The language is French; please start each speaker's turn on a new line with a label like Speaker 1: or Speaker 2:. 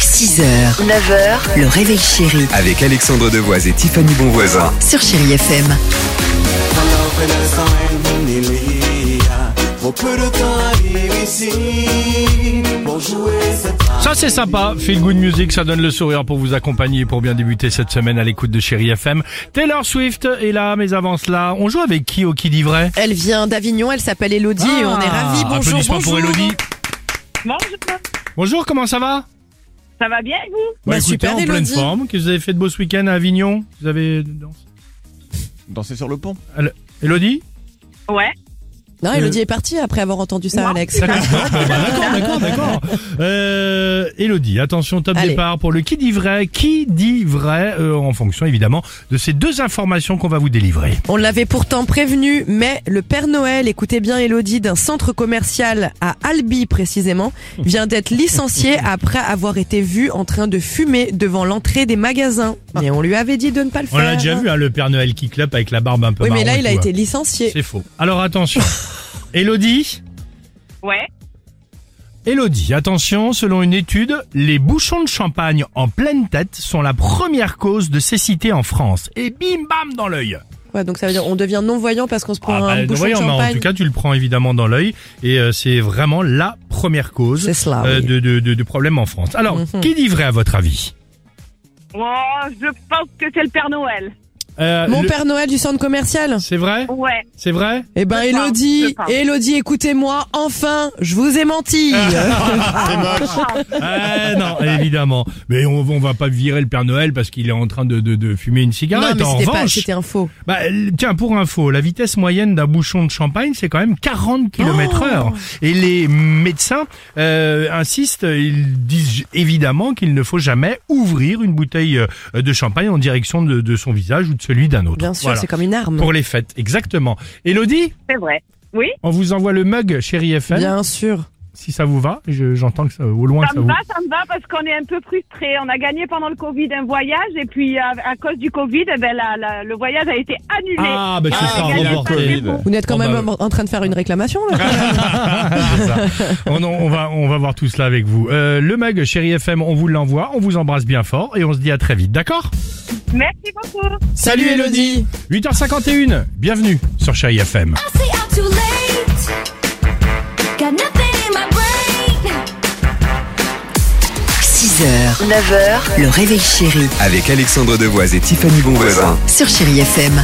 Speaker 1: 6h, 9h, le réveil chéri
Speaker 2: Avec Alexandre Devoise et Tiffany Bonvoisin.
Speaker 1: sur Chéri FM.
Speaker 3: Ça c'est sympa, feel good music, ça donne le sourire pour vous accompagner pour bien débuter cette semaine à l'écoute de Chéri FM. Taylor Swift est là, mais avant cela, on joue avec qui au qui dit vrai
Speaker 4: Elle vient d'Avignon, elle s'appelle Elodie,
Speaker 3: Ah,
Speaker 4: on est ravis. Bonjour,
Speaker 3: applaudissements
Speaker 4: bonjour.
Speaker 3: pour Elodie.
Speaker 5: Bonjour,
Speaker 3: Bonjour, comment ça va
Speaker 5: ça va bien et vous
Speaker 4: Bah,
Speaker 3: écoutez,
Speaker 4: super,
Speaker 3: en pleine
Speaker 4: Élodie.
Speaker 3: forme. Qu'est-ce que vous avez fait de beau ce week-end à Avignon Vous avez dansé
Speaker 6: Danser sur le pont.
Speaker 3: Elodie
Speaker 5: Ouais.
Speaker 4: Non,
Speaker 3: Euh,
Speaker 4: Elodie est partie après avoir entendu ça,
Speaker 5: Non.
Speaker 4: Alex.
Speaker 3: D'accord, d'accord, d'accord. Euh, Elodie, attention, top
Speaker 4: Allez.
Speaker 3: départ pour le qui dit vrai. Qui dit vrai euh, en fonction évidemment de ces deux informations qu'on va vous délivrer.
Speaker 4: On l'avait pourtant prévenu, mais le Père Noël, écoutez bien Elodie, d'un centre commercial à Albi précisément, vient d'être licencié après avoir été vu en train de fumer devant l'entrée des magasins. Mais on lui avait dit de ne pas le
Speaker 3: On
Speaker 4: faire.
Speaker 3: l'a déjà vu, hein, le Père Noël qui clope avec la barbe un peu
Speaker 4: Oui, mais
Speaker 3: marron
Speaker 4: là,
Speaker 3: et
Speaker 4: il a
Speaker 3: tout, hein.
Speaker 4: été licencié.
Speaker 3: C'est faux. Alors attention. Elodie,
Speaker 5: Ouais.
Speaker 3: Elodie, attention, selon une étude, les bouchons de champagne en pleine tête sont la première cause de cécité en France. Et bim bam dans l'œil.
Speaker 4: Ouais, donc ça veut dire on devient non-voyant parce qu'on se prend un
Speaker 3: bah,
Speaker 4: bouchon
Speaker 3: voyons,
Speaker 4: de
Speaker 3: mais en
Speaker 4: champagne.
Speaker 3: tout cas, tu le prends évidemment dans l'œil et euh, c'est vraiment la première cause
Speaker 4: C'est cela,
Speaker 3: euh,
Speaker 4: oui.
Speaker 3: de, de, de, de problème en France. Alors,
Speaker 4: Mhm.
Speaker 3: qui dit vrai à votre avis
Speaker 5: Oh, je pense que c'est le Père Noël.
Speaker 3: Euh,
Speaker 4: Mon
Speaker 3: le-
Speaker 4: Père Noël du centre commercial
Speaker 3: C'est vrai
Speaker 5: Ouais.
Speaker 3: C'est vrai
Speaker 4: Eh ben
Speaker 5: Je parle, je
Speaker 4: Elodie,
Speaker 5: parle.
Speaker 4: Elodie, écoutez-moi, enfin, je vous ai menti.
Speaker 3: Ah, Eh non, évidemment. Mais on, on va pas virer le Père Noël parce qu'il est en train de, de, de fumer une cigarette.
Speaker 4: non,
Speaker 3: en
Speaker 4: mais c'était pas,
Speaker 3: revanche,
Speaker 4: c'était un faux.
Speaker 3: Bah, l- tiens, pour info, la vitesse moyenne d'un bouchon de champagne, c'est quand même 40 km heure. Et les médecins euh, insistent, ils disent j- évidemment qu'il ne faut jamais ouvrir une bouteille euh, de champagne en direction de, de son visage ou de celui d'un autre.
Speaker 4: Bien sûr,
Speaker 3: Voilà.
Speaker 4: c'est comme une arme.
Speaker 3: Pour les fêtes, exactement. Elodie,
Speaker 5: C'est vrai. Oui,
Speaker 3: on vous envoie le mug, chérie FM,
Speaker 4: Bien sûr.
Speaker 3: si ça vous va. Je- J'entends que ça, au loin
Speaker 5: ça
Speaker 3: ça
Speaker 5: me
Speaker 3: vous...
Speaker 5: va, ça me va parce qu'on est un peu frustrés. On a gagné pendant le Covid un voyage et puis à, à cause du Covid, eh ben, la- la- le voyage a été annulé.
Speaker 3: Ah, bah, c'est
Speaker 5: Ah,
Speaker 3: ça,
Speaker 5: il y a
Speaker 3: reporté.
Speaker 5: pas de
Speaker 4: Vous n'êtes quand
Speaker 3: Oh,
Speaker 4: même
Speaker 3: bah,
Speaker 4: en- en train de faire une réclamation là.
Speaker 3: Ah, C'est
Speaker 5: Ah,
Speaker 3: ça. on, on va, on va voir tout cela avec vous. Euh, le mag Chéri FM, on vous l'envoie, on vous embrasse bien fort et on se dit à très vite, d'accord
Speaker 5: Merci beaucoup.
Speaker 3: Salut Elodie 8h51, bienvenue sur Chéri FM.
Speaker 7: I say I'm too late. Got nothing in my brain.
Speaker 1: 6h, 9h, le réveil chéri
Speaker 2: Avec Alexandre Devoise et Tiffany Bonvoisin.
Speaker 1: sur Chéri FM.